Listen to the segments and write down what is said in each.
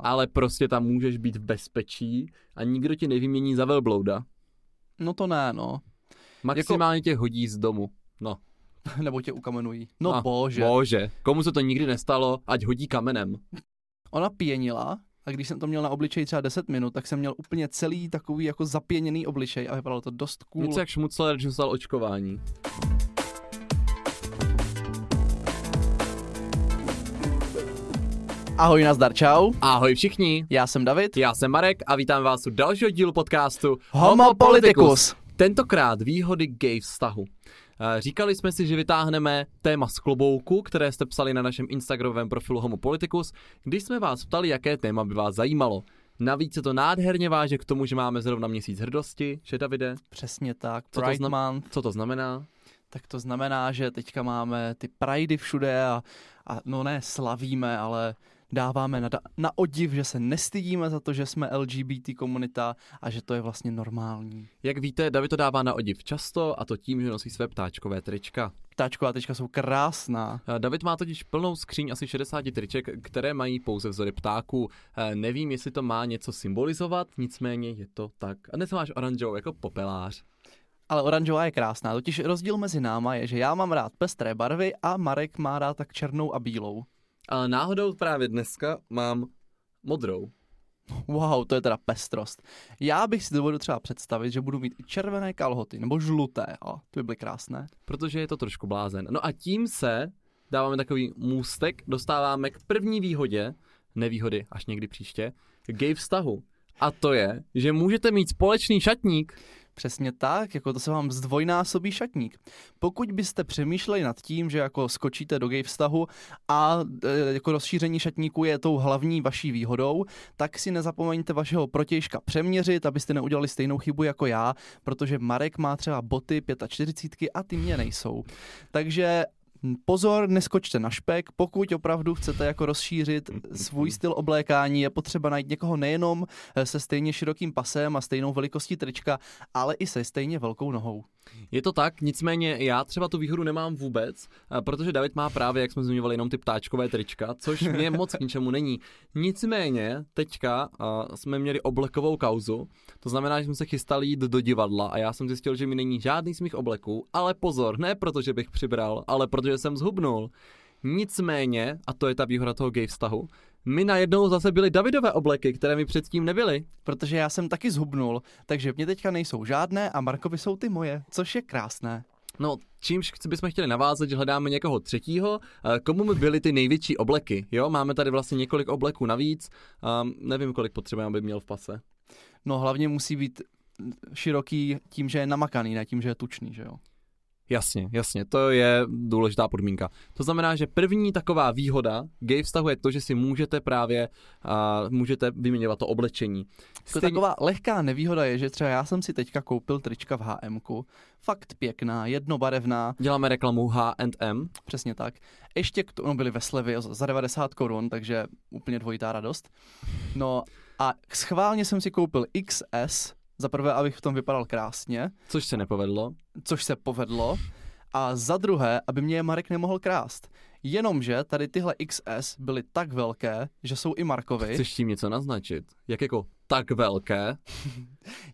ale prostě tam můžeš být v bezpečí a nikdo ti nevymění za velblouda. No to ne, no. Jako- Maximálně tě hodí z domu. No. Nebo tě ukamenují. No A, bože. Bože. Komu se to nikdy nestalo, ať hodí kamenem. Ona pěnila a když jsem to měl na obličeji třeba 10 minut, tak jsem měl úplně celý takový jako zapěněný obličej a vypadalo to dost cool. Něco jak šmucler, když dostal očkování. Ahoj, nazdar, čau. Ahoj všichni. Já jsem David. Já jsem Marek a vítám vás u dalšího dílu podcastu Homo Politicus. Tentokrát výhody gay vztahu. Eh, Říkali jsme si, že vytáhneme téma z klobouku, které jste psali na našem Instagramovém profilu Homo Politicus, když jsme vás ptali, jaké téma by vás zajímalo. Navíc se to nádherně váže k tomu, že máme zrovna měsíc hrdosti, že Davide? Přesně tak, Co to Pride zna- Month. Co to znamená? Tak to znamená, že teďka máme ty Pridey všude a, a no ne, slavíme, ale dáváme na, da- na odiv, že se nestydíme za to, že jsme LGBT komunita a že to je vlastně normální. Jak víte, David to dává na odiv často a to tím, že nosí své ptáčkové trička. Ptáčková tečka jsou krásná. Eh, David má totiž plnou skříň asi 60 triček, které mají pouze vzory ptáků. Eh, Nevím, jestli to má něco symbolizovat, nicméně je to tak. A dnes máš oranžovou jako popelář. Ale oranžová je krásná, totiž rozdíl mezi náma je, že já mám rád pestré barvy a Marek má rád tak černou a bílou. Ale náhodou právě dneska mám modrou. Wow, to je teda pestrost. Já bych si dovedl třeba představit, že budu mít i červené kalhoty, nebo žluté, a to by byly krásné. protože je to trošku blázen. No a tím se dáváme takový můstek, dostáváme k první výhodě, nevýhody až někdy příště, gay vztahu. A to je, že můžete mít společný šatník. Přesně tak, jako to se vám zdvojnásobí šatník. Pokud byste přemýšleli nad tím, že jako skočíte do gay vztahu a e, jako rozšíření šatníku je tou hlavní vaší výhodou, tak si nezapomeňte vašeho protějška přeměřit, abyste neudělali stejnou chybu jako já, protože Marek má třeba boty 45 a ty mě nejsou. Takže m, Pozor, neskočte na špek, pokud opravdu chcete jako rozšířit svůj styl oblékání, je potřeba najít někoho nejenom eh, se stejně širokým pasem a stejnou velikostí trička, ale i se stejně velkou nohou. Je to tak, nicméně já třeba tu výhodu nemám vůbec, eh, protože David má právě, jak jsme zmiňovali, jenom ty ptáčkové trička, což mě moc k ničemu není. Nicméně teďka eh, jsme měli oblekovou kauzu, to znamená, že jsme se chystali jít do divadla a já jsem zjistil, že mi není žádný z mých obleků, ale pozor, ne protože bych přibral, ale protože jsem zhubnul. Nicméně, a to je ta výhoda toho gay vztahu, mi najednou zase byly Davidové obleky, které mi předtím nebyly. Protože já jsem taky zhubnul, takže mě teďka nejsou žádné a Markovi jsou ty moje, což je krásné. No, čímž chci- bychom chtěli navázat, že hledáme někoho třetího, eh, komu by byly ty největší obleky, jo? Máme tady vlastně několik obleků navíc, um, nevím, kolik potřebujeme, aby měl v pase. No hlavně musí být široký tím, že je namakaný, ne tím, že je tučný, že jo. Jasně, jasně, to je důležitá podmínka. To znamená, že první taková výhoda gay vztahu je to, že si můžete právě, uh, můžete vyměňovat to oblečení. Jako Taková lehká nevýhoda je, že třeba já jsem si teďka koupil trička v hm fakt pěkná, jednobarevná, Děláme reklamu H&M, přesně tak. Ještě k tomu no, byly ve slevě za 90 korun, takže úplně dvojitá radost. No a schválně jsem si koupil XS, za prvé, abych v tom vypadal krásně, což se nepovedlo. což se povedlo, a za druhé, aby mě je Marek nemohl krást. Jenomže tady tyhle XS byly tak velké, že jsou i Markovi, Chceš tím něco naznačit? Jak jako tak velké?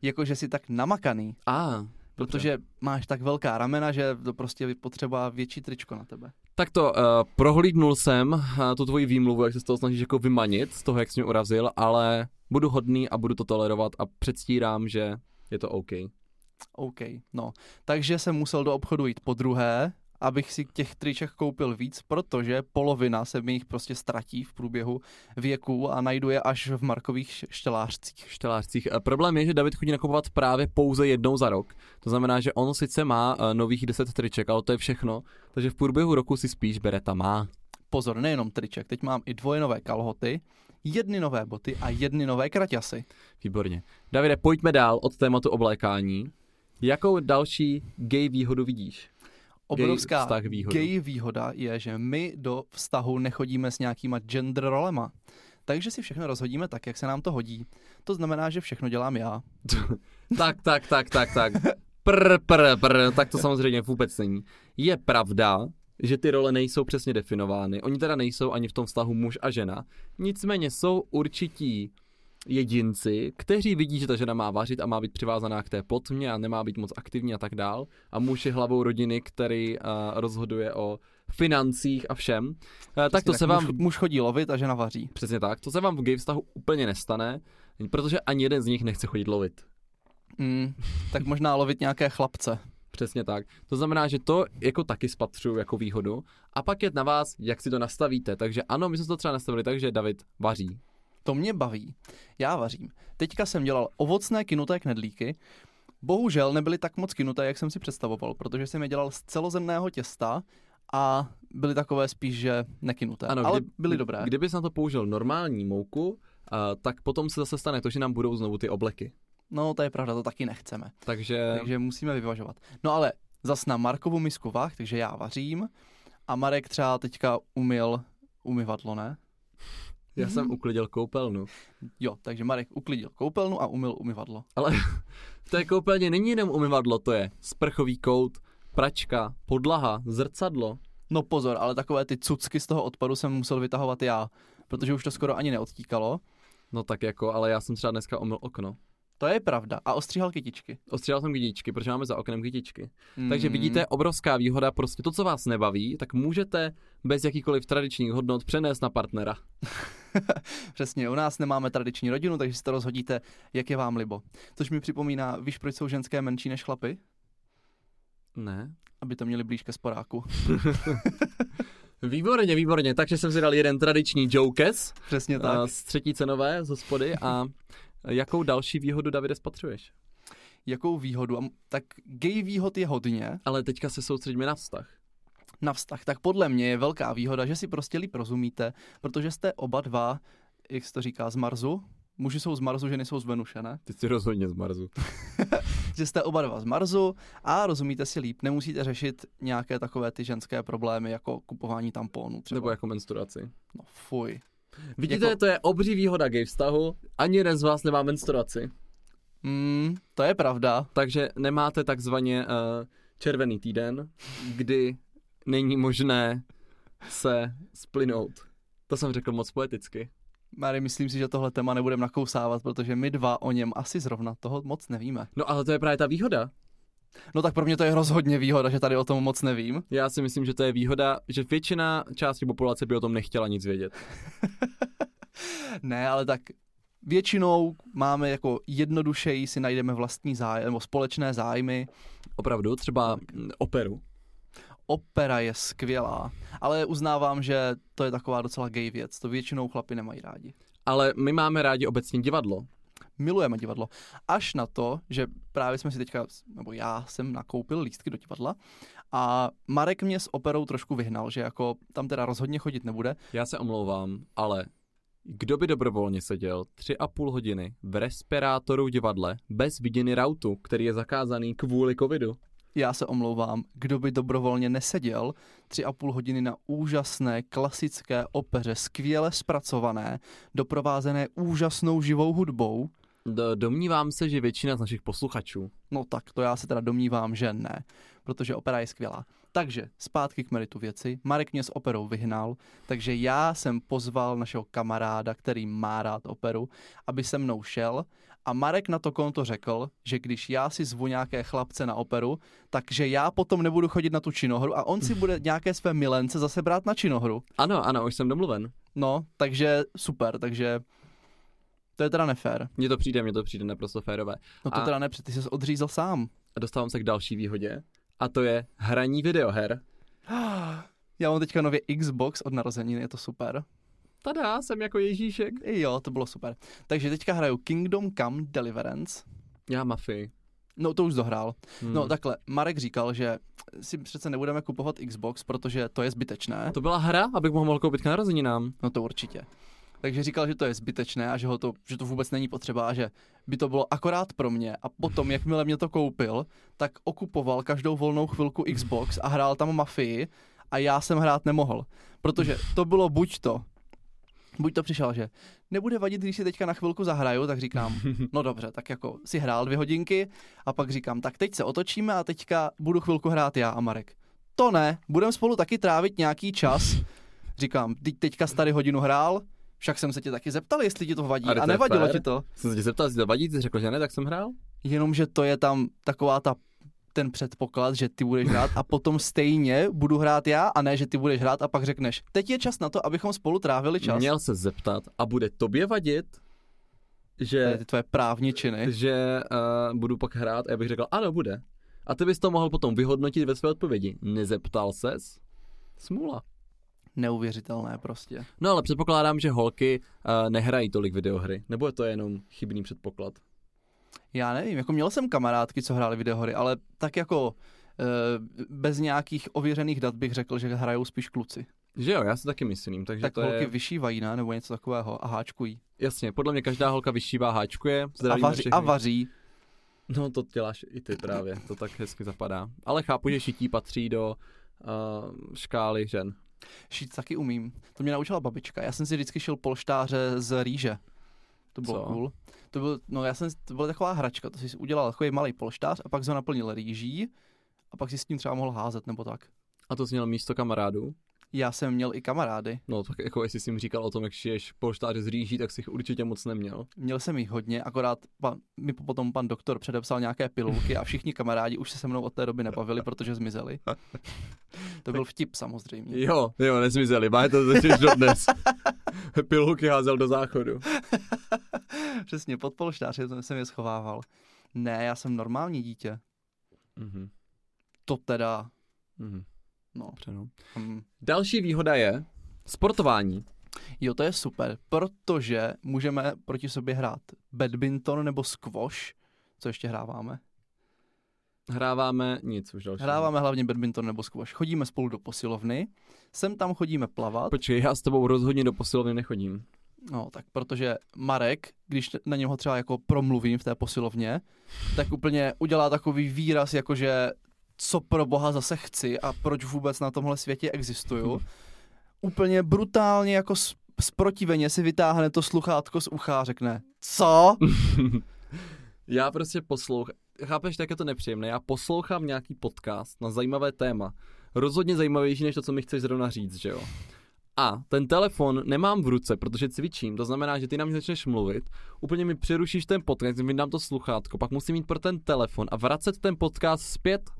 jakože si tak namakaný, A, ah, protože máš tak velká ramena, že to prostě je potřeba větší tričko na tebe. Tak to uh, prohlídnul jsem uh, tu tvoji výmluvu, jak se z toho snažíš jako vymanit, z toho, jak jsi mě urazil, ale budu hodný a budu to tolerovat a předstírám, že je to OK. OK, no. Takže jsem musel do obchodu jít po druhé, abych si těch triček koupil víc, protože polovina se mi jich prostě ztratí v průběhu věku a najdu je až v Markových š- štelářcích. V štelářcích. Eh, Problém je, že David chodí nakupovat právě pouze jednou za rok. To znamená, že on sice má eh, nových 10 triček, ale to je všechno. Takže v průběhu roku si spíš bereta má. Pozor, nejenom triček, teď mám i dvoje nové kalhoty, jedny nové boty a jedny nové kraťasy. Výborně. Davide, pojďme dál od tématu oblékání. Jakou další gay výhodu vidíš? Obrovská vztah výhodu. gay výhoda je, že my do vztahu nechodíme s nějakýma gender rolema. Takže si všechno rozhodíme tak, jak se nám to hodí. To znamená, že všechno dělám já. Tak, tak, tak, tak, tak. Pr, pr, pr, tak to samozřejmě vůbec není. Je pravda, že ty role nejsou přesně definovány. Oni teda nejsou ani v tom vztahu muž a žena. Nicméně jsou určití jedinci, kteří vidí, že ta žena má vařit a má být přivázaná k té potmě a nemá být moc aktivní a tak dál. A muž je hlavou rodiny, který uh, rozhoduje o financích a všem. Uh, tak to Prostě tak se vám... Muž, muž chodí lovit a žena vaří. Přesně tak. To se vám v gay vztahu úplně nestane, protože ani jeden z nich nechce chodit lovit. Mm, tak možná lovit nějaké chlapce. Přesně tak. To znamená, že to jako taky spatřuju jako výhodu. A pak je na vás, jak si to nastavíte. Takže ano, my jsme to třeba nastavili tak, že David vaří. To mě baví. Já vařím. Teďka jsem dělal ovocné kynuté knedlíky. Bohužel nebyly tak moc kynuté, jak jsem si představoval, protože jsem je dělal z celozemného těsta a byly takové spíš, že nekynuté, ano, ale byly dobré. Kdybys na to použil normální mouku, uh, tak potom se zase stane to, že nám budou znovu ty obleky. No, to je pravda, to taky nechceme. Takže, Takže musíme vyvažovat. No ale zas na Markovu misku vah, takže já vařím a Marek třeba teďka umyl umyvadlo, ne? já jsem uklidil koupelnu. Jo, takže Marek uklidil koupelnu a umyl umyvadlo. Ale v té koupelně není jenom umyvadlo, to je sprchový kout, pračka, podlaha, zrcadlo. No pozor, ale takové ty cucky z toho odpadu jsem musel vytahovat já, protože už to skoro ani neodtíkalo. No tak jako, ale já jsem třeba dneska omyl okno. To je pravda. A ostříhal kytičky. Ostříhal jsem kytičky, protože máme za oknem kytičky. Mm. Takže vidíte, obrovská výhoda, prostě to, co vás nebaví, tak můžete bez jakýkoliv tradičních hodnot přenést na partnera. Přesně, u nás nemáme tradiční rodinu, takže si to rozhodíte, jak je vám libo. Což mi připomíná, víš, proč jsou ženské menší než chlapy? Ne. Aby to měli blíž ke sporáku. Výborně, výborně, takže jsem si dal jeden tradiční jokes Přesně tak. a, z třetí cenové z hospody a jakou další výhodu, Davide, spatřuješ? Jakou výhodu? A m- Tak gay výhod je hodně Ale teďka se soustředíme na vztah. na vztah. Tak podle mě je velká výhoda, že si prostě líp rozumíte, protože jste oba dva, jak se to říká, z Marsu. Muži jsou z Marsu, ženy jsou z Venuše, ne? Ty jsi rozhodně z Marzu. že jste oba dva z Marsu a rozumíte si líp. Nemusíte řešit nějaké takové ty ženské problémy, jako kupování tamponů třeba. Nebo jako menstruaci. No fuj. Vidíte, Jako- to je obří výhoda gay vztahu. Ani jeden z vás nemá menstruaci. Mm, to je pravda. Takže nemáte takzvaně uh, červený týden, kdy není možné se splynout. To jsem řekl moc poeticky. Mary, myslím si, že tohle téma nebudeme nakousávat, protože my dva o něm asi zrovna toho moc nevíme. No ale to je právě ta výhoda. No tak pro mě to je rozhodně výhoda, že tady o tom moc nevím. Já si myslím, že to je výhoda, že většina části populace by o tom nechtěla nic vědět. Ne, ale tak většinou máme jako jednodušeji si najdeme vlastní zájem, nebo společné zájmy. Opravdu, třeba mm, operu. Opera je skvělá, ale uznávám, že to je taková docela gay věc. To většinou chlapi nemají rádi. Ale my máme rádi obecně divadlo. milujeme divadlo. Až na to, že právě jsme si teďka, nebo já jsem nakoupil lístky do divadla a Marek mě s operou trošku vyhnal, že jako tam teda rozhodně chodit nebude. Já se omlouvám, ale kdo by dobrovolně seděl tři a půl hodiny v respirátoru v divadle bez viděny rautu, který je zakázaný kvůli covidu? Já se omlouvám, kdo by dobrovolně neseděl tři a půl hodiny na úžasné klasické opeře, skvěle zpracované, doprovázené úžasnou živou hudbou. D- domnívám se, že většina z našich posluchačů No tak to já se teda domnívám, že ne, protože opera je skvělá. Takže zpátky k meritu věci. Marek mě s operou vyhnal, takže já jsem pozval našeho kamaráda, který má rád operu, aby se mnou šel a Marek na to konto řekl, že když já si zvu nějaké chlapce na operu, takže já potom nebudu chodit na tu činohru a on si bude nějaké své milence zase brát na činohru. Ano, ano, už jsem domluven. No, takže super, takže to je teda nefér. Mně to přijde, mně to přijde naprosto férové. No to A- teda ne, protože ty jsi odřízl sám. A dostávám se k další výhodě, a to je hraní videoher. Já mám teďka nově Xbox od narozenin, je to super. Tada, jsem jako Ježíšek. Jo, to bylo super. Takže teďka hraju Kingdom Come Deliverance. Já mafii. No to už dohrál. Hmm. No takhle, Marek říkal, že si přece nebudeme kupovat Xbox, protože to je zbytečné. To byla hra, abych mu ho mohl koupit k narozeninám. No to určitě. Takže říkal, že to je zbytečné a že, ho to, že to vůbec není potřeba a že by to bylo akorát pro mě. A potom, jakmile mě to koupil, tak okupoval každou volnou chvilku Xbox a hrál tam Mafii a já jsem hrát nemohl. Protože to bylo buď to, buď to přišel, že nebude vadit, když si teďka na chvilku zahraju, tak říkám, no dobře, tak jako si hrál dvě hodinky a pak říkám, tak teď se otočíme a teďka budu chvilku hrát já a Marek. to ne, budeme spolu taky trávit nějaký čas. Říkám, teď teďka jsi tady hodinu hrál, však jsem se tě taky zeptal, jestli ti to vadí Ale a to je nevadilo fér. ti to. Jsem se tě zeptal, jestli to vadí, ty jsi řekl, že ne, tak jsem hrál. Jenomže to je tam taková ta ten předpoklad, že ty budeš hrát a potom stejně budu hrát já a ne, že ty budeš hrát a pak řekneš, teď je čas na to, abychom spolu trávili čas. Měl se zeptat a bude tobě vadit, To je že, ty tvoje právní činy. že uh, budu pak hrát a já bych řekl, ano, bude. A ty bys to mohl potom vyhodnotit ve své odpovědi. Nezeptal ses? Smůla. Neuvěřitelné prostě. No ale předpokládám, že holky uh, nehrají tolik videohry. Nebo je to jenom chybný předpoklad? Já nevím, jako měl jsem kamarádky, co hráli videohry, ale tak jako eh, bez nějakých ověřených dat bych řekl, že hrajou spíš kluci. Že jo, já si taky myslím, takže tak to holky je... vyšívají, ne? Nebo něco takového a háčkují. Jasně, podle mě každá holka vyšívá, háčkuje, A zdravíme vaří, všechny. a vaří. No to děláš i ty právě, to tak hezky zapadá. Ale chápu, že šití patří do uh, škály žen. Šít taky umím. To mě naučila babička. Já jsem si vždycky šil polštáře z rýže. To bylo Co? cool. To, byl, no já jsem, to byla taková hračka, to jsi udělal takový malý polštář a pak jsi ho naplnil rýží a pak si s ním třeba mohl házet nebo tak. A to jsi měl místo kamarádů? Já jsem měl i kamarády, No tak jako jestli jsi jim říkal o tom, jak šiješ polštáře z rýží, tak jsi jich určitě moc neměl. měl jsem jich hodně, akorát pan, mi potom pan doktor předepsal nějaké pilulky a všichni kamarádi už se se mnou od té doby nebavili, protože zmizeli. To byl vtip samozřejmě. Jo, jo, nezmizeli, má je to totiž dodnes. Pilhuky házel do záchodu. Přesně, pod polštář jsem- jsem je schovával. Ne, já jsem normální dítě. Mhm, To teda, mhm, no. dobře, no. Hm. Další výhoda je sportování. Jo, to je super, protože můžeme proti sobě hrát badminton nebo squash, co ještě hráváme. Hráváme nic už dalšího. Hráváme hlavně badminton nebo squash. Chodíme spolu do posilovny, sem tam chodíme plavat, Počkej, já s tebou rozhodně do posilovny nechodím. no tak protože Marek, když na něho třeba jako promluvím v té posilovně, tak úplně udělá takový výraz, jakože co pro boha zase chci a proč vůbec na tomhle světě existuju. Úplně brutálně jako s- zprotiveně si vytáhne to sluchátko z ucha a řekne, co? Já prostě poslouchám, chápeš, tak je to nepříjemné, já poslouchám nějaký podcast na zajímavé téma. Rozhodně zajímavější, než to, co mi chceš zrovna říct, že jo. A ten telefon nemám v ruce, protože cvičím, to znamená, že ty na mě začneš mluvit, úplně mi přerušíš ten podcast, vydám to sluchátko, pak musím mít pro ten telefon a vracet ten podcast zpět,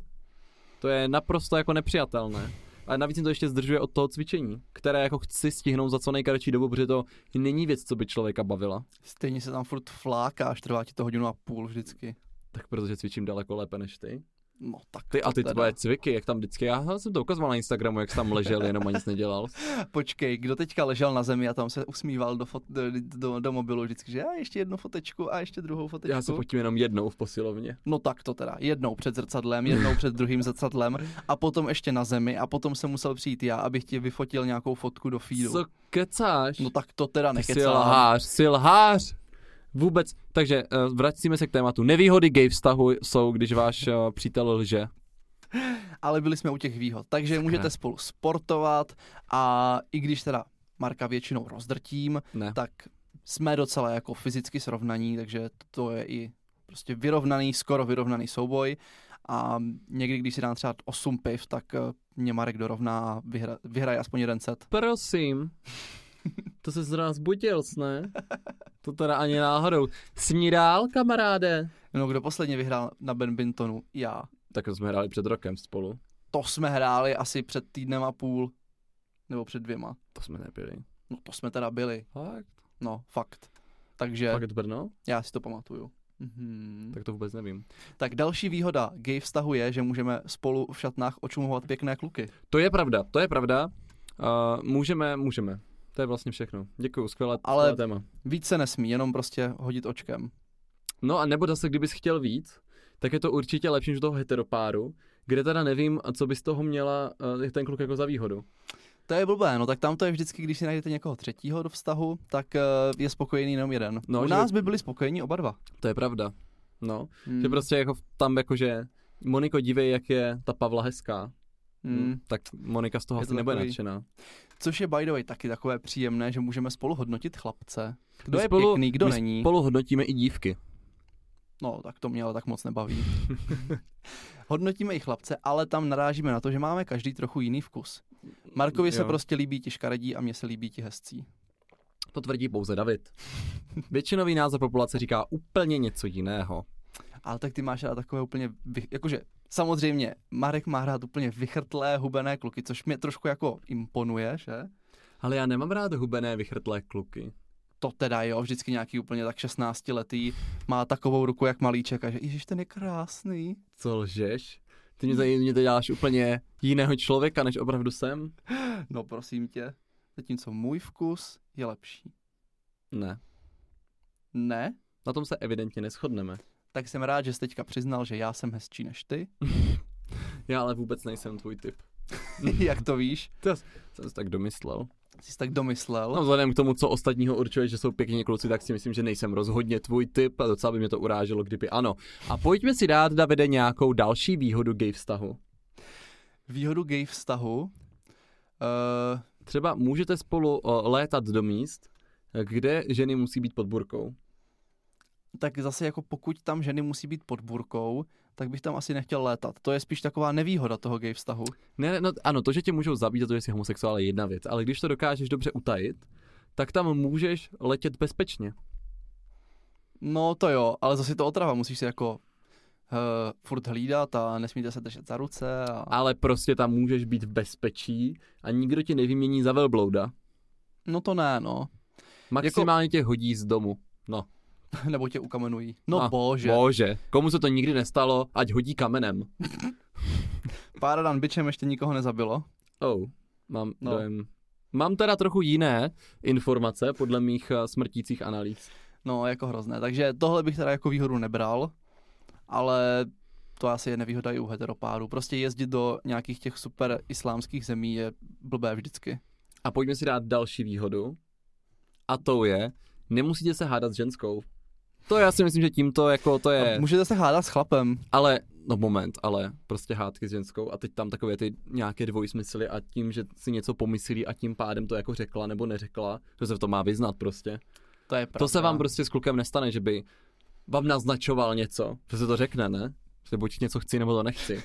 to je naprosto jako nepřijatelné. A navíc mě to ještě zdržuje od toho cvičení, které jako chci stihnout za co nejkratší dobu, protože to není věc, co by člověka bavila. Stejně se tam furt flákáš, trvá ti to hodinu a půl vždycky. Tak protože cvičím daleko lépe než ty. No tak Ty a ty teda. tvoje cviky, jak tam vždycky, já jsem to ukazoval na Instagramu, jak jsi tam ležel jenom a nic nedělal. Počkej, kdo teďka ležel na zemi a tam se usmíval do, fot, do, do, do mobilu vždycky, že a ještě jednu fotečku a ještě druhou fotečku. Já se potím jenom jednou v posilovně. No tak to teda, jednou před zrcadlem, jednou před druhým zrcadlem a potom ještě na zemi a potom jsem musel přijít já, abych ti vyfotil nějakou fotku do feedu. Co kecáš? No tak to teda Ty jsi nekecám. lhář, jsi lhář. Vůbec, takže eh, vracíme se k tématu. Nevýhody gay vztahu jsou, když váš eh, přítel lže. Ale byli jsme u těch výhod, takže můžete spolu sportovat a i když teda Marka většinou rozdrtím, Ne. tak jsme docela jako fyzicky srovnaní, takže to je i prostě vyrovnaný, skoro vyrovnaný souboj a někdy, když si dám třeba 8 piv, tak eh, mě Marek dorovná a vyhra, vyhraje aspoň jeden set. Prosím. To se zrovna zbudil, ne? To teda ani náhodou. Sní dál, kamaráde. No kdo posledně vyhrál na badmintonu? Já. Tak jsme hráli před rokem spolu. To jsme hráli asi před týdnem a půl, nebo před dvěma. To jsme nebyli. No to jsme teda byli, Fakt? no fakt. Takže Fakt Brno? já si to pamatuju. Mhm. Tak to vůbec nevím. Tak další výhoda gay vztahu je, že můžeme spolu v šatnách očumovat pěkné kluky. To je pravda, to je pravda. Uh, můžeme, můžeme. To je vlastně všechno. Děkuji, skvělé, Ale- skvělé téma. Víc se nesmí, jenom prostě hodit očkem. No a nebo zase, kdybys chtěl víc, tak je to určitě lepší než u toho heteropáru, kde teda nevím, co by z toho měla uh, ten kluk jako za výhodu. To je blbé, no tak tam to je vždycky, když si najdete někoho třetího do vztahu, tak eh, je spokojený jenom jeden. No, No, U že- nás by byli spokojení oba dva. To je pravda. No, Mm. že prostě jako v- tam jakože Moniko, dívej, jak je ta Pavla hezká. Hmm, Mm. Tak Monika z toho Je asi to nebude takový- nadšená. Což je by the way taky takové příjemné, že můžeme spolu hodnotit chlapce. Kdo My je spolu- pěkný, kdo my není. Spolu hodnotíme i dívky. No, tak to mě ale tak moc nebaví. Hodnotíme i chlapce, ale tam narážíme na to, že máme každý trochu jiný vkus. Markovi se Jo. prostě líbí ti škaredí a mně se líbí ti hezcí. To tvrdí pouze David. Většinový názor populace říká úplně něco jiného. Ale tak ty máš rád takové úplně, vy, jakože samozřejmě Marek má rád úplně vychrtlé, hubené kluky, což mě trošku jako imponuje, že? Ale já nemám rád hubené, vychrtlé kluky. To teda jo, vždycky nějaký úplně tak 16 letý, má takovou ruku jak malíček a že ježiš, ten je krásný. Co lžeš? Ty mě, tady- mě to děláš úplně jiného člověka, než opravdu jsem? No prosím tě, zatímco můj vkus je lepší. Ne. Ne? Na tom se evidentně neschodneme. Tak jsem rád, že jsi teďka přiznal, že já jsem hezčí než ty. Já ale vůbec nejsem tvůj typ. Jak to víš? Jsem si tak domyslel. Jsi si tak domyslel. No, vzhledem k tomu, co ostatního určuje, že jsou pěkní kluci, tak si myslím, že nejsem rozhodně tvůj typ a docela by mě to uráželo, kdyby ano. A pojďme si dát, Davide, nějakou další výhodu gay vztahu. Výhodu gay vztahu. Uh, Třeba můžete spolu o, létat do míst, kde ženy musí být pod burkou. tak zase jako pokud tam ženy musí být pod burkou, tak bych tam asi nechtěl létat. To je spíš taková nevýhoda toho gay vztahu. Ne, ne, no, ano, to, že tě můžou zabít za to, že jsi homosexuál, je jedna věc, ale když to dokážeš dobře utajit, tak tam můžeš letět bezpečně. No to jo, ale zase je to otrava, musíš se jako uh, furt hlídat a nesmíte se držet za ruce. A... A... Ale prostě tam můžeš být v bezpečí a nikdo tě nevymění za velblouda. No to ne, no. Maximálně tě hodí z domu. Nebo tě ukamenují. No A, bože. Bože, komu se to nikdy nestalo, ať hodí kamenem. Pár ran bičem ještě nikoho nezabilo. Oh, mám No. no. dojem. Mám teda trochu jiné informace podle mých eh, smrtících analýz. No, jako hrozné. Takže tohle bych teda jako výhodu nebral, ale to asi je nevýhoda i u heteropárů. Prostě jezdit do nějakých těch super islámských zemí je blbé vždycky. A pojďme si dát další výhodu. A to je, nemusíte se hádat s ženskou. To já si myslím, že tímto jako to A je, můžete se hádat s chlapem. ale, no moment, ale prostě hádky s ženskou a teď tam takové ty nějaké dvojsmysly a tím, že si něco pomyslí a tím pádem to jako řekla nebo neřekla, to se v tom má vyznat prostě. To je pravda. To se vám prostě s klukem nestane, že by vám naznačoval něco, že se to řekne, ne? Že buď něco chci, nebo to nechci.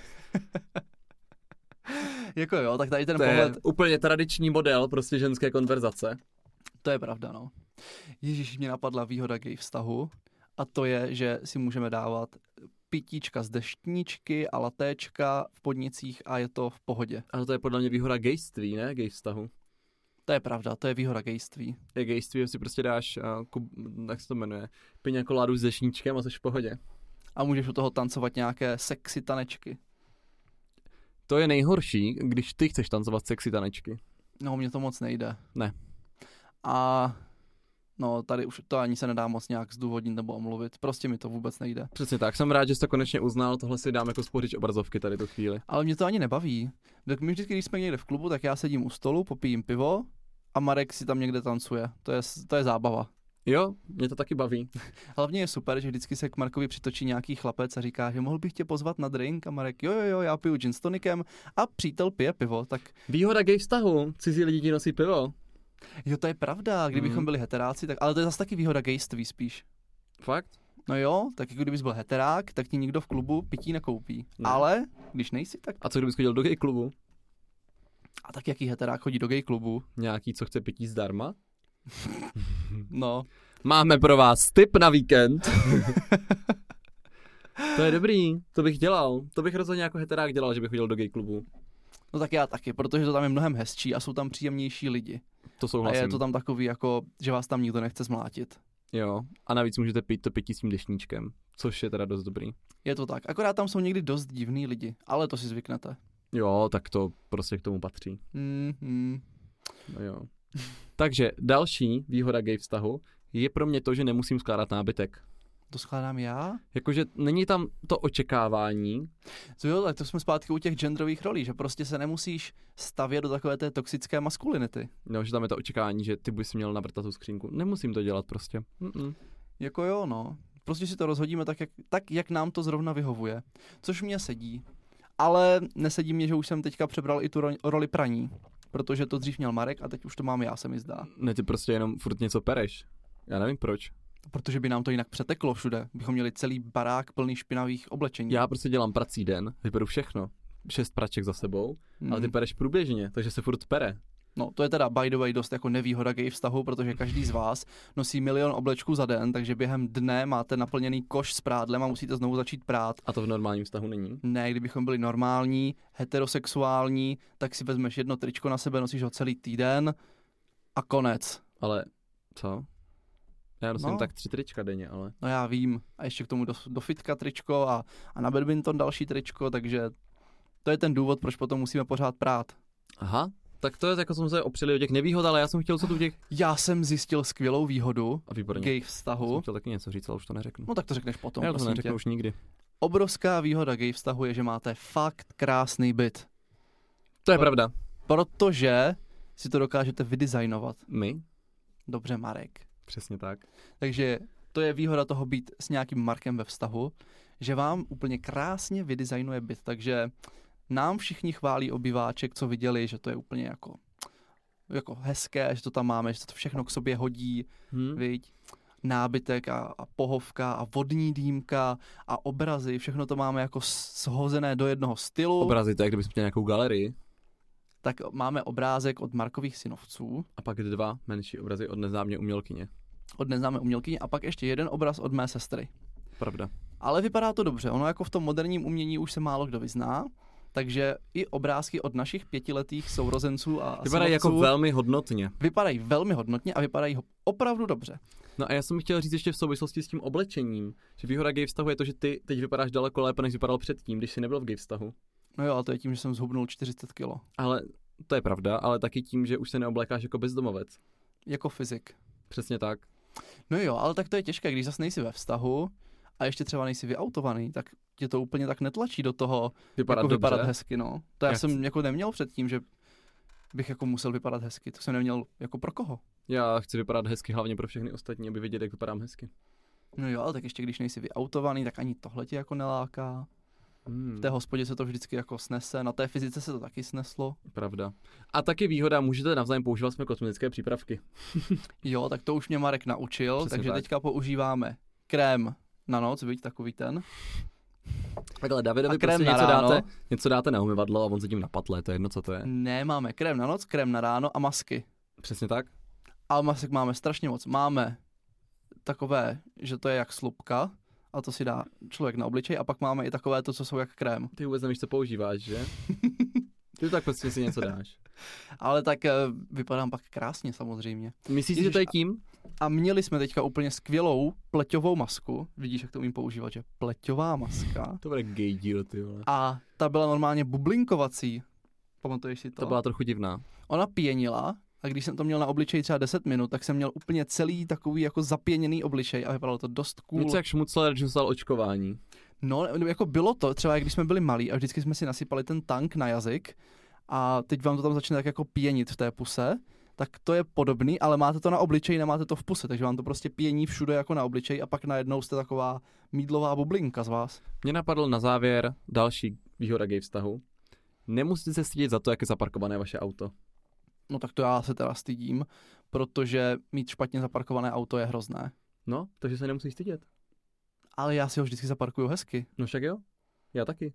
Jako jo, tak tady ten To je pohled, úplně tradiční model prostě ženské konverzace. to je pravda, no. Ježíš, mě napadla výhoda gay vztahu a to je, že si můžeme dávat pitíčka z deštníčky a latéčka v podnicích a je to v pohodě. Ale to je podle mě výhoda gejství, ne? Gej vztahu. To je pravda, to je výhoda gejství. Je gejství, že si prostě dáš, uh, kub, jak se to jmenuje, piňa koládu s dešníčkem a jsi v pohodě. A můžeš u toho tancovat nějaké sexy tanečky. To je nejhorší, když ty chceš tancovat sexy tanečky. No, mně to moc nejde. Ne. A no, tady už to ani se nedá moc nějak zdůvodnit nebo omluvit. Prostě mi to vůbec nejde. Přesně tak, jsem rád, že jsi to konečně uznal, tohle si dám jako spořič obrazovky tady tu chvíli. Ale mě to ani nebaví. Tak my vždycky, když jsme někde v klubu, tak já sedím u stolu, popijím pivo a Marek si tam někde tancuje. To je, to je zábava. Jo, mě to taky baví. Hlavně je super, že vždycky se k Markovi přitočí nějaký chlapec a říká, že mohl bych tě pozvat na drink a Marek, jo, jo, jo, já piju gin s tonikem a přítel pije pivo, tak Výhoda gej vztahu, cizí lidi ti nosí pivo. jo, to je pravda, kdybychom Mhm. byli heteráci, tak, ale to je zase taky výhoda gejství spíš. Fakt? No jo, tak jako kdybys byl heterák, tak ti nikdo v klubu pití nekoupí. Ne. Ale když nejsi, tak... A co kdybys chodil do gay klubu? A tak jaký heterák chodí do gay klubu? Nějaký, co chce pití zdarma? No, Máme pro vás tip na víkend. to je dobrý, to bych dělal. To bych rozhodně jako heterák dělal, že bych chodil do gay klubu. no tak já taky, protože to tam je mnohem hezčí a jsou tam příjemnější lidi. To A souhlasím. je to tam takový jako, že vás tam nikdo nechce zmlátit. Jo, a navíc můžete pít to pití s tím dešníčkem, což je teda dost dobrý. Je to tak. Akorát tam jsou někdy dost divný lidi, ale to si zvyknete. Jo, tak to prostě k tomu patří. Mm-hmm. No jo. Takže další výhoda gay vztahu je pro mě to, že nemusím skládat nábytek. To skládám já? Jakože není tam to očekávání. To jo, tak to jsme zpátky u těch genderových rolí, že prostě se nemusíš stavět do takové té toxické maskulinity. No, že tam je to očekávání, že ty bys měl navrtat tu skřínku. Nemusím to dělat prostě. Mm-mm. Jako jo, no. Prostě si to rozhodíme tak jak, tak, jak nám to zrovna vyhovuje. Což mě sedí. Ale nesedí mě, že už jsem teďka přebral i tu ro- roli praní. Protože to dřív měl Marek a teď už to mám já, se mi zdá. Ne, ty prostě jenom furt něco pereš. Já nevím proč. Protože by nám to jinak přeteklo všude. Bychom měli celý barák plný špinavých oblečení. Já prostě dělám prací den, vyberu všechno. Šest praček za sebou, Mm. ale ty pereš průběžně, takže se furt pere. No, to je teda by the way dost jako nevýhoda gay vztahu, protože každý z vás nosí milion oblečků za den, takže během dne máte naplněný koš s prádlem a musíte znovu začít prát. A to v normálním vztahu není. Ne, kdybychom byli normální, heterosexuální, tak si vezmeš jedno tričko na sebe, nosíš ho celý týden a konec. Ale co? Já nosím No. no. tak tři trička denně, ale No já vím. A ještě k tomu do, do fitka tričko a, a na badminton další tričko, takže to je ten důvod, proč potom musíme pořád prát. Aha, tak to je, jako jsme se opřeli o těch nevýhod, ale já jsem chtěl co tu těch... Já jsem zjistil skvělou výhodu A výborně. gay Já jsem vztahu. chtěl taky něco říct, ale už to neřeknu. No tak to řekneš potom, já to prosím neřeknu tě. už nikdy. Obrovská výhoda gay vztahu je, že máte fakt krásný byt. To je Pro- pravda. Protože si to dokážete vydesignovat. My? Dobře, Marek. Přesně tak. Takže to je výhoda toho být s nějakým Markem ve vztahu, že vám úplně krásně vydesignuje byt, takže nám všichni chválí obyváček, co viděli, že to je úplně jako jako hezké, že to tam máme, že to všechno k sobě hodí, Hm? Mm-hmm. viď? nábytek a, a pohovka a vodní dýmka a obrazy, všechno to máme jako s- shozené do jednoho stylu, Obrazy, to je, kdybychom měli nějakou galerii. tak máme obrázek od Markových synovců, A pak dva menší obrazy od neznámě umělkyně. od neznámé umělkyně a pak ještě jeden obraz od mé sestry. Pravda. Ale vypadá to dobře. Ono jako v tom moderním umění už se málo kdo vyzná, takže i obrázky od našich pětiletých sourozenců a Vypadají jako synovců velmi hodnotně. vypadají velmi hodnotně a vypadají ho opravdu dobře. No a já jsem chtěl říct ještě v souvislosti s tím oblečením, že výhoda gay vztahu je to, že ty teď vypadáš daleko lépe, než vypadal předtím, když jsi nebyl v gay vztahu. No jo, ale to je tím, že jsem zhubnul 40 kilo. Ale to je pravda, ale taky tím, že už se neoblékáš jako bezdomovec. Jako fyzik. Přesně tak. No jo, ale tak to je těžké, když zase nejsi ve vztahu a ještě třeba nejsi vyautovaný, tak tě to úplně tak netlačí do toho Vypadat jako dobře. vypadat hezky, no. To já, Já jsem jako neměl předtím, že bych jako musel vypadat hezky, to jsem neměl jako pro koho. Já chci vypadat hezky hlavně pro všechny ostatní, aby věděli, jak vypadám hezky. No jo, ale tak ještě když nejsi vyautovaný, tak ani tohle tě jako neláká. Hmm, V té hospodě se to vždycky jako snese, na té fyzice se to taky sneslo. pravda. A taky výhoda, můžete navzájem používat jsme kosmetické přípravky. Jo, tak to už mě Marek naučil, Přesně takže tak. teďka používáme krém na noc, viď, takový ten. Takhle Davidovi A krém na prostě něco ráno. dáte, něco dáte na umyvadlo a on se tím napatlé, to je jedno, co to je. Ne, máme krém na noc, krém na ráno a masky. Přesně tak. Ale masek máme strašně moc. Máme takové, že to je jak slupka a to si dá člověk na obličej a pak máme i takové to, co jsou jak krém. Ty vůbec nevíš, co používáš, že? Ty tak prostě si něco dáš. Ale tak eh, vypadám pak krásně samozřejmě. Myslíš, si, Ježiš, že to je a- tím? A měli jsme teďka úplně skvělou pleťovou masku. Vidíš, jak to umím používat, že pleťová maska. To bude gay díl, ty vole. A ta byla normálně bublinkovací. Pamatuješ si to? To byla trochu divná. Ona pěnila a když jsem to měl na obličeji třeba 10 minut, tak jsem měl úplně celý takový jako zapěněný obličej a vypadalo to dost cool. Něco jak šmucler, že dostal očkování. No, nebo jako bylo to, třeba jak když jsme byli malí a vždycky jsme si nasypali ten tank na jazyk a teď vám to tam začne tak jako pěnit v té puse, tak to je podobný, ale máte to na obličeji, nemáte to v puse, takže vám to prostě pění všude jako na obličeji a pak najednou jste taková mídlová bublinka z vás. Mě napadl na závěr další výhoda gay vztahu. Nemusíte se stydět za to, jak je zaparkované vaše auto. No tak to já se teda stydím, protože mít špatně zaparkované auto je hrozné. No, takže se nemusíš stydět. Ale já si ho vždycky zaparkuju hezky. No však jo, já taky.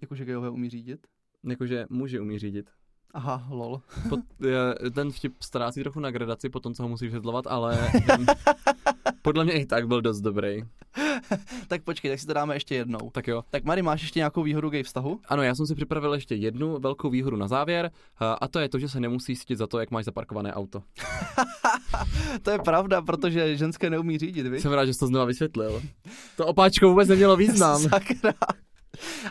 Jakože gejové umí řídit. Jakože muži umí řídit. Aha, lol. Pot, je, ten vtip ztrácí trochu na gradaci po tom, co ho musíš vysvětlovat, ale em, podle mě i tak byl dost dobrý. tak počkej, tak si to dáme ještě jednou. Tak jo. Tak Mary, máš ještě nějakou výhodu gay vztahu? Ano, já jsem si připravil ještě jednu velkou výhodu na závěr eh, a- a to je to, že se nemusíš stydět za to, jak máš zaparkované auto. To je pravda, protože ženské neumí řídit, víš? Jsem rád, že jsi to znova vysvětlil. To opáčko vůbec nemělo význam. Sakra.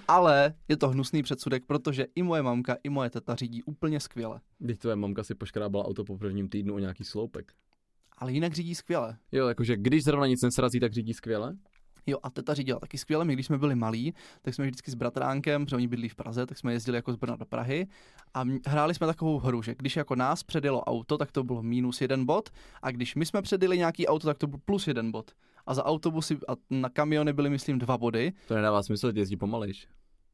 Ale je to hnusný předsudek, protože i moje mamka, i moje teta řídí úplně skvěle. Když tvoje mamka si poškrábala auto po prvním týdnu o nějaký sloupek. Ale jinak řídí skvěle. Jo, jakože když zrovna nic nesrazí, tak řídí skvěle. Jo, a teta řídila taky skvěle. My, když jsme byli malí, tak jsme vždycky s bratránkem, protože oni bydlí v Praze, tak jsme jezdili jako z Brna do Prahy a m- hráli jsme takovou hru, že když jako nás předjelo auto, tak to bylo minus jeden bod a když my jsme předjeli nějaký auto, tak to byl plus jeden bod. A za autobusy a na kamiony byly, myslím, dva body. To nedává smysl, jezdí pomalejš.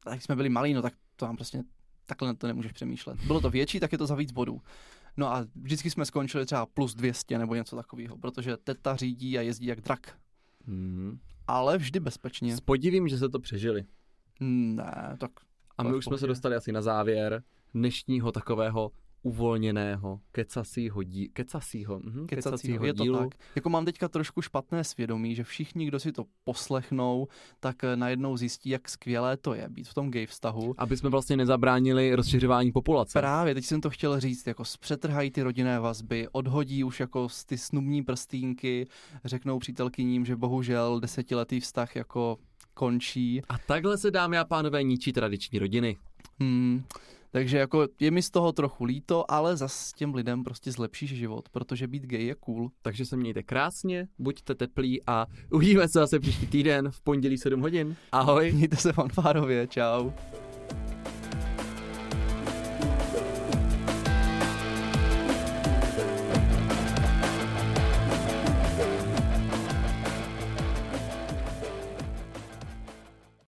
A tak jsme byli malí, no tak to nám prostě takhle to nemůžeš přemýšlet. Bylo to větší, tak je to za víc bodů. No a vždycky jsme skončili třeba plus 200 nebo něco takového, protože teta řídí a jezdí jak drak. Hmm. Ale vždy bezpečně. S podivím, že se to přežili. Ne, tak A Ale my v už jsme se pohodě. dostali asi na závěr dnešního takového uvolněného kecasího dí, kecasího, mhm, kecacího, je to dílu. tak. Jako mám teďka trošku špatné svědomí, že všichni, kdo si to poslechnou, tak eh, najednou zjistí, jak skvělé to je být v tom gay vztahu. Aby jsme vlastně nezabránili rozšiřování populace. Právě, teď jsem to chtěl říct, jako zpřetrhají ty rodinné vazby, odhodí už jako s ty snubní prstínky, řeknou přítelkyním, že bohužel desetiletý vztah jako končí. A takhle se, dámy a pánové, ničí tradiční rodiny. Hmm. Takže jako je mi z toho trochu líto, ale zas těm lidem prostě zlepšíš život, protože být gay je cool. Takže se mějte krásně, buďte teplí a uvidíme se zase příští týden v pondělí 7 hodin. Ahoj! Mějte se fanfárově, čau.